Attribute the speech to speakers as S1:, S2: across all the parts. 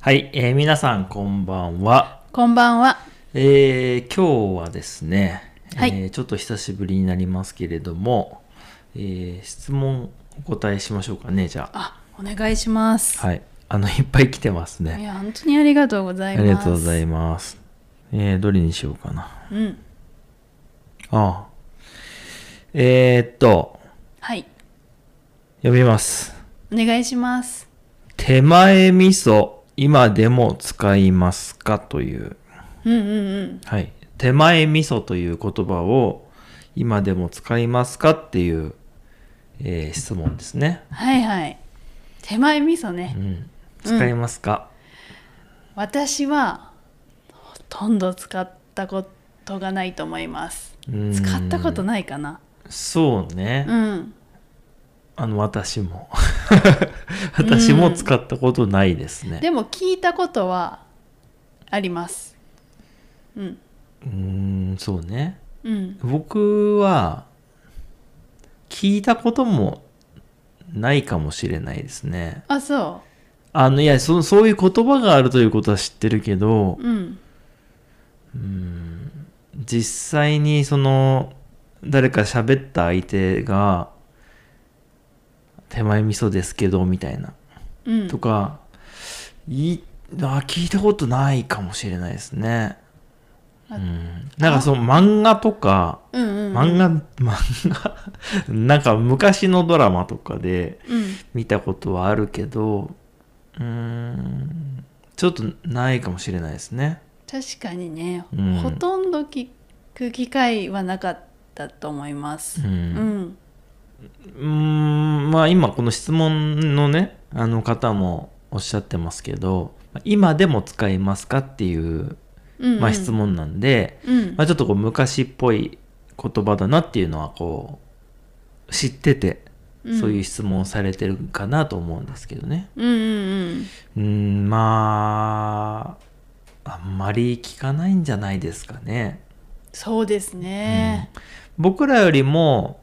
S1: はい、えー皆さんこんばんは。
S2: こんばんは。
S1: えー今日はですね、
S2: はい
S1: えーちょっと久しぶりになりますけれども、えー質問お答えしましょうかね、じゃあ。
S2: あ、お願いします。
S1: はい。あの、いっぱい来てます
S2: い
S1: ね。
S2: や、本当にありがとうござ
S1: あ
S2: います。
S1: りがとうござ
S2: ま
S1: います。えーどれにしようかな。
S2: す。うん。
S1: ああ。えーっと、
S2: はい。
S1: 読みます。
S2: お願いします。
S1: 手前味噌、今でも使いますかという。
S2: うんうんうん。
S1: はい。手前味噌という言葉を今でも使いますかっていう、えー質問ですね。
S2: はいはい。手前味噌
S1: う
S2: ね。
S1: ん。使いますか、
S2: 私は、ほとんど使ったことがないと思います。
S1: うん
S2: 使ったことないかな。
S1: そうね。
S2: うん。
S1: あの、私も。 私も使ったことないですね。
S2: でも聞いたことはあります。うん。
S1: うーん、そうね。
S2: うん。
S1: 僕は、聞いたこともないかもしれないですね。
S2: あ、そ
S1: あの、いや、そそういう言葉があるということは知ってるけど、
S2: う。うん。
S1: 実際にその誰か喋った相手が「手前味噌ですけど」みたいな
S2: うん
S1: と。か、いあ聞いたことないかもしれないですね。う
S2: あ
S1: ん、なんかその漫画とか
S2: うんうん。
S1: 漫画、漫画 なんか昔のドラマとかで
S2: うん。
S1: 見たことはあるけどうーんちょっとないかもしれないですね。
S2: 確かにね、
S1: うん
S2: ほとんど聞く機会はなかったと思います。
S1: う
S2: うんん、
S1: うーんまあ今この質問のねあの方もおっしゃってますけど今でも使いますかっていう、
S2: うんうん
S1: まあ、質。問なんで、
S2: うん
S1: ま、あ、ちょっとこう昔っぽい言葉だなっていうのはこう知ってて
S2: うん
S1: そういう質問をされてるかなと思うんですけどね
S2: うんうん
S1: うーんまああんまり聞かないんじゃないですかね
S2: そうですね。
S1: 僕らよりも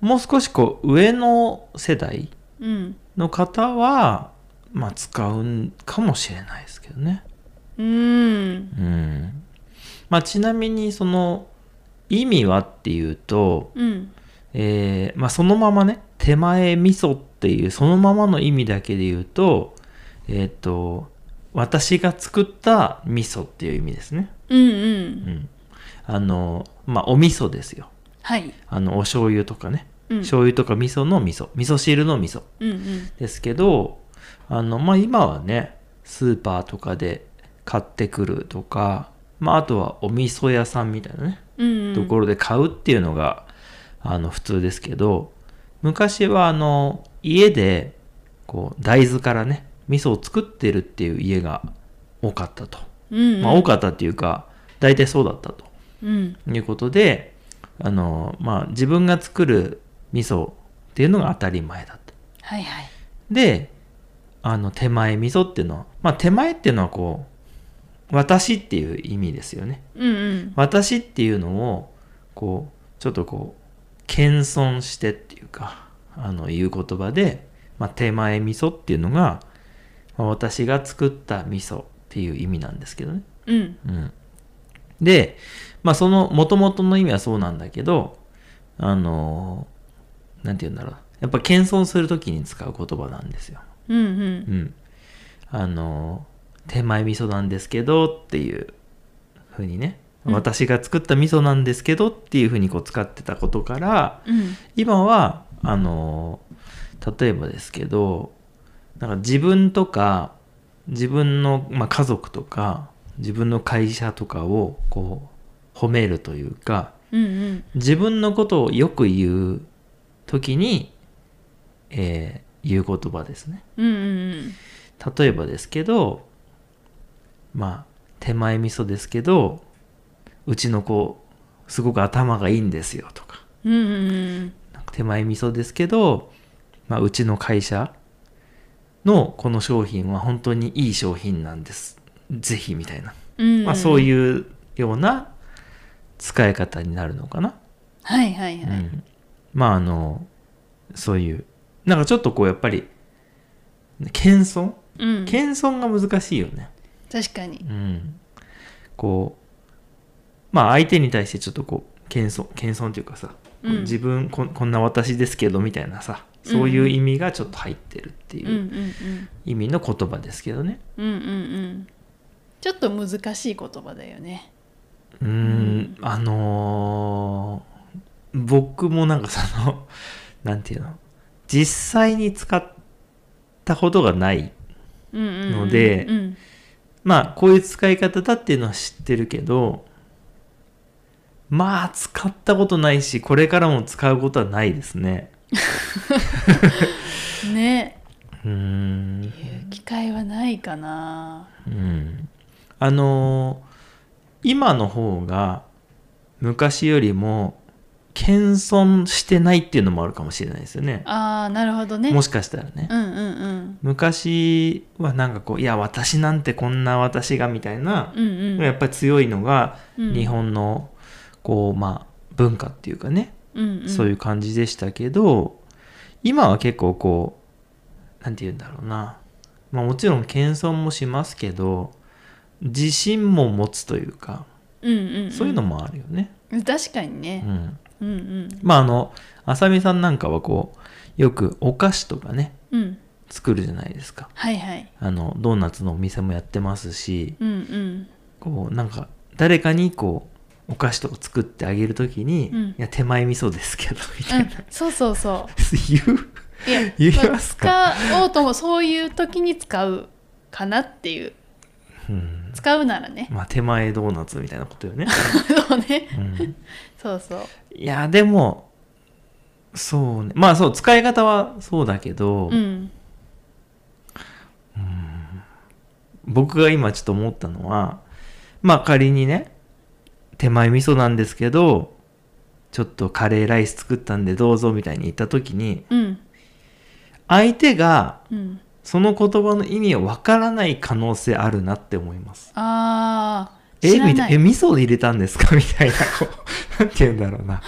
S1: もう少しこう上の世代
S2: うん、
S1: の方は、まあ、使うんかもしれないですけどね。
S2: うん、うん、
S1: うん。まあ、ちなみに、その、意味はっていうと、
S2: うん、
S1: えーまあ、そのままね、手前味噌っていう、そのままの意味だけで言うと、えっ、と、私が作った味噌っていう意味ですね。
S2: うん、う、
S1: うんん。あの、まあ、お味噌ですよ。
S2: はい。
S1: あの、お醤油とかね。
S2: うん、
S1: 醤油とか味噌の味噌。味噌汁の味噌。
S2: うん、うん、
S1: ですけどあのまあ今はねスーパーとかで買ってくるとか、まあ、あとはお味噌屋さんみたいなね、
S2: うん、うん、
S1: ところで買うっていうのがあの普通ですけど昔はあの家でこう大豆からね味噌を作ってるっていう家が多かったと、
S2: うん、うん、
S1: まあ、多かったっていうか大体そうだったと
S2: うん、
S1: いうことであの、まあ、自分が作る味噌っていうのが当たり前だった
S2: はい、はい。
S1: で、あの、手前味噌っていうのは、まあ、手前っていうのはこう、私っていう意味ですよね。
S2: うん、うん、
S1: 私っていうのを、こう、ちょっとこう、謙遜してっていうか、あの、いう言葉で、まあ、手前味噌っていうのが、まあ私が作った味噌っていう意味なんですけどね。
S2: うん、
S1: うん。で、まあ、その元々の意味はそうなんだけど、あの、なんて言うんだろう。やっぱ謙遜するときに使う言葉なんですよ。
S2: うん、う、
S1: うんん。あの、手前味噌なんですけどっていう風にね、
S2: うん
S1: 私が作った味噌なんですけどっていう風にこう使ってたことから、
S2: うん、
S1: 今は、あの、例えばですけど、なんか自分とか、自分の、まあ、家族とか、自分の会社とかをこう、褒めるというか、
S2: うん、
S1: 自分のことをよく言うときに、えー言う言葉ですね。
S2: うん、うん、
S1: 例えばですけどまあ手前味噌ですけどうちの子すごく頭がいいんですよとか
S2: うん、うん、
S1: なんか手前味噌ですけど、まあ、うちの会社のこの商品は本当にいい商品なんですぜひみたいな、
S2: うん、
S1: まあ、そう
S2: う
S1: い
S2: ん。
S1: うような使い方になるのかな、
S2: はい、はい、は
S1: う
S2: い。
S1: ん、まああのそういうなんかちょっとこうやっぱり謙遜
S2: うん、
S1: 謙遜が難しいよね。
S2: 確かに
S1: うん。こう、まあ相手に対してちょっとこう、謙遜、謙遜というかさ、
S2: うん
S1: 自分こん、こんな私ですけどみたいなさ、そういう意味がちょっと入ってるって
S2: う
S1: い
S2: んうん
S1: う意味の言葉ですけどね。
S2: うんうんうんうんちょっと難しい言葉だよね
S1: うーん、あのー僕もなんかその、なんていうの、実際に使ったことがない。
S2: うんうんうん
S1: ので
S2: うん
S1: まあ、こういう使い方だっていうのは知ってるけど、まあ、使ったことないし、これからも使うことはないですね。
S2: ね
S1: うーん。
S2: 言う機会はないかな
S1: うん。あのー今の方が、昔よりも、謙遜してないっていうのもあるかもしれないですよね。
S2: あーなるほどね
S1: もしかしたらね。
S2: うんうんうん
S1: 昔はなんかこう、いや、私なんてこんな私がみたいな、
S2: うんうん
S1: やっぱり強いのが、
S2: うん
S1: 日本の、こう、まあ、文化っていうかね、
S2: うんうん
S1: そういう感じでしたけど、今は結構こう、なんて言うんだろうな。まあもちろん謙遜もしますけど、自信も持つというか、
S2: うんうんうん
S1: そういうのもあるよね。
S2: 確かに
S1: う
S2: ね、
S1: ん。
S2: うん、うん
S1: まああの、あさみさんなんかはこう、よくお菓子とかね、
S2: うん
S1: 作るじゃないですか。
S2: はいはい
S1: あの、ドーナツのお店もやってますし、
S2: うんうん
S1: こう、なんか、誰かにこう、お菓子とか作ってあげるときに、
S2: うん
S1: いや、手前味噌ですけど、みた
S2: う
S1: い
S2: ん
S1: な、、
S2: そうそうそ
S1: 言う
S2: ういや
S1: 言いますか
S2: まあ使おうともそういう時に使うかなっていう
S1: うん
S2: 使うならね
S1: まあ手前ドーナツみたいなことよね。
S2: そうね
S1: うん、
S2: そうそう
S1: いやでもそうねまあそう使い方はそうだけど、
S2: うん
S1: 僕が今ちょっと思ったのはまあ仮にね手前味噌なんですけどちょっとカレーライス作ったんでどうぞみたいに言った時に
S2: うん
S1: 相手が
S2: うん
S1: その言葉の意味をわからない可能性あるなって思います。
S2: あー
S1: え
S2: 知ら
S1: みた
S2: ない
S1: いえ味噌入れたんですかみたいなこうなんて言うんだろうな。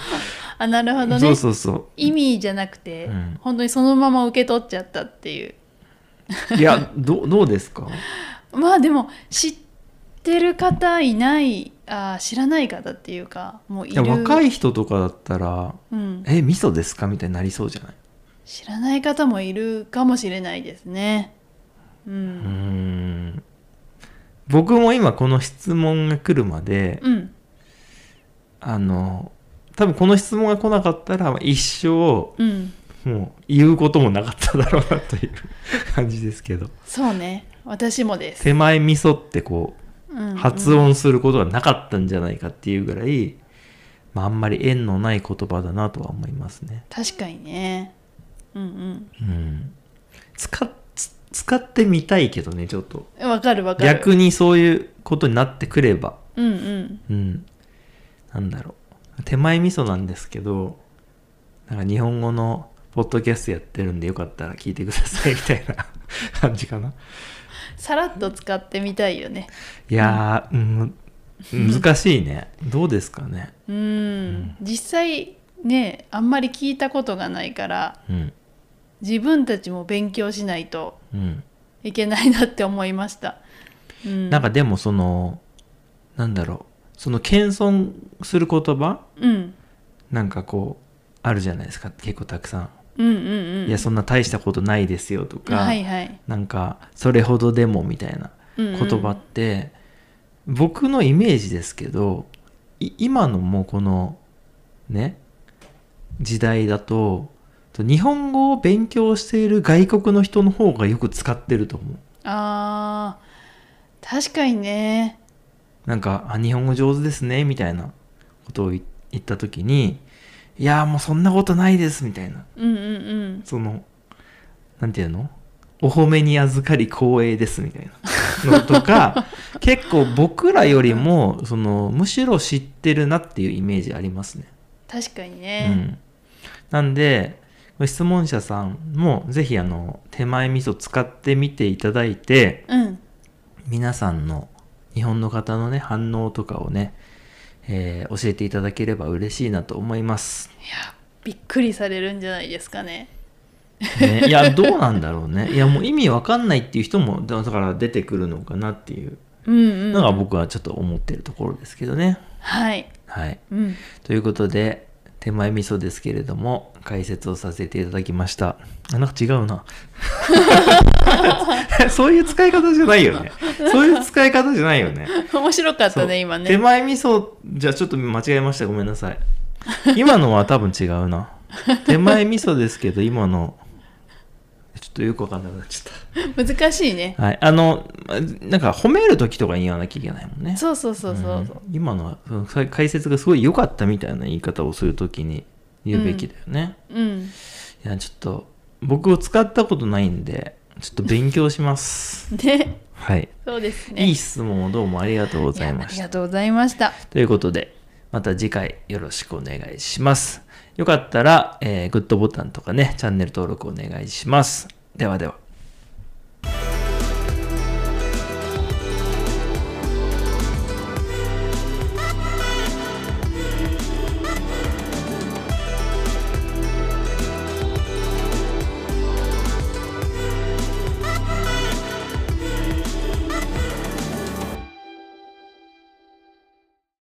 S2: あなるほどね
S1: そうそうそう
S2: 意味じゃなくて、
S1: うん
S2: 本当にそのまま受け取っちゃったっていう
S1: いや、どうどうですか
S2: まあでも知ってる方いないあー知らない方っていうかもうい
S1: い
S2: る
S1: や若
S2: い、
S1: い人とかだったら
S2: うん
S1: 「え味噌ですか?」みたいになりそうじゃない
S2: 知らない方もいるかもしれないですね。う
S1: うー
S2: ん。
S1: ん僕も今この質問が来るまで、
S2: うん。
S1: あの多分この質問が来なかったら一生
S2: うん。
S1: もう言うこともなかっただろうなという感じです けど
S2: そうね。私もです。
S1: 手前味噌ってこ
S2: うんう
S1: うん発。音することがなかったんじゃないかっていうぐらい、まあ、あんまり縁のない言葉だなとは思いますね。
S2: 確かにね。うん
S1: うん、使っつ使ってみたいけどねちょっと
S2: うん。わかるわかる。
S1: 逆にそういうことになってくれば、
S2: うんうん。
S1: うん、なんだろう手前味噌なんですけどなんか日本語のポッドキャストやってるんでよかったら聞いてくださいみたい な感じかな
S2: さらっと使ってみたいよね。
S1: いやー、うん難しいねどうですかね
S2: うん。実際ね、あんまり聞いたことがないから、
S1: うん
S2: 自分たちも勉強しないと
S1: うん
S2: いけないなって思いました。うん。
S1: なんか、でもそのなんだろうその謙遜する言葉
S2: うん。
S1: なんかこうあるじゃないですか結構たくさん
S2: うんうんうん。
S1: いやそんな大したことないですよとか、
S2: はいはい。
S1: なんかそれほどでもみたいな
S2: うんう
S1: 言
S2: ん
S1: 葉って、僕のイメージですけどい今のもうこのね時代だとと日本語を勉強している外国の人の方がよく使ってると思う。
S2: あー確かにね
S1: なんか、あ、日本語上手ですね、みたいなことを言言った時に、いやーもうそんなことないです、みたいな。
S2: うんうんうん
S1: その、なんていうのお褒めに預かり光栄ですみたいなのとか、結構僕らよりも、その、むしろ知ってるなっていうイメージありますね。
S2: 確かに
S1: う
S2: ね、
S1: ん。なんで、質問者さんもぜひあの、手前味噌使ってみていただいて、
S2: うん、
S1: 皆さんの日本の方のね、反応とかをね、えー教えていただければ嬉しいなと思います。
S2: びっくりされるんじゃないですかね
S1: ね、いやどうなんだろうねいやもう意味わかんないっていう人もだだから出てくるのかなっていう
S2: うんうん
S1: のが僕はちょっと思ってるところですけどね。
S2: はい
S1: はい、
S2: うん
S1: ということで手前味噌ですけれども解説をさせていただきましたあなんか違う なそういう使い方じゃないよねそういう使い方じゃないよね
S2: 面白かっ
S1: そ
S2: た
S1: う
S2: ね今
S1: 手
S2: ね
S1: 前味噌じゃあちょっと間違えましたごめんなさい今のは多分違う な手前味噌ですけど今のちょっとよくわかんなくなっちゃっ
S2: 難しいね
S1: たはいあのなんか褒める時とか言わなきゃいけないもんね
S2: そうそうそうそう、
S1: ん今のはその解解説がすごい良かったみたいな言い方をするときに言うべきだよね、
S2: うん
S1: いやちょっと僕を使ったことないんでちょっと勉強します
S2: ね
S1: はい、
S2: そうですね
S1: いい質問をどうもありがとうございまし
S2: いやあり
S1: た
S2: がとうございました
S1: ということで、また次回よろしくお願いします。よかったら、えーグッドボタンとかね、チャンネル登録お願いします。ではでは。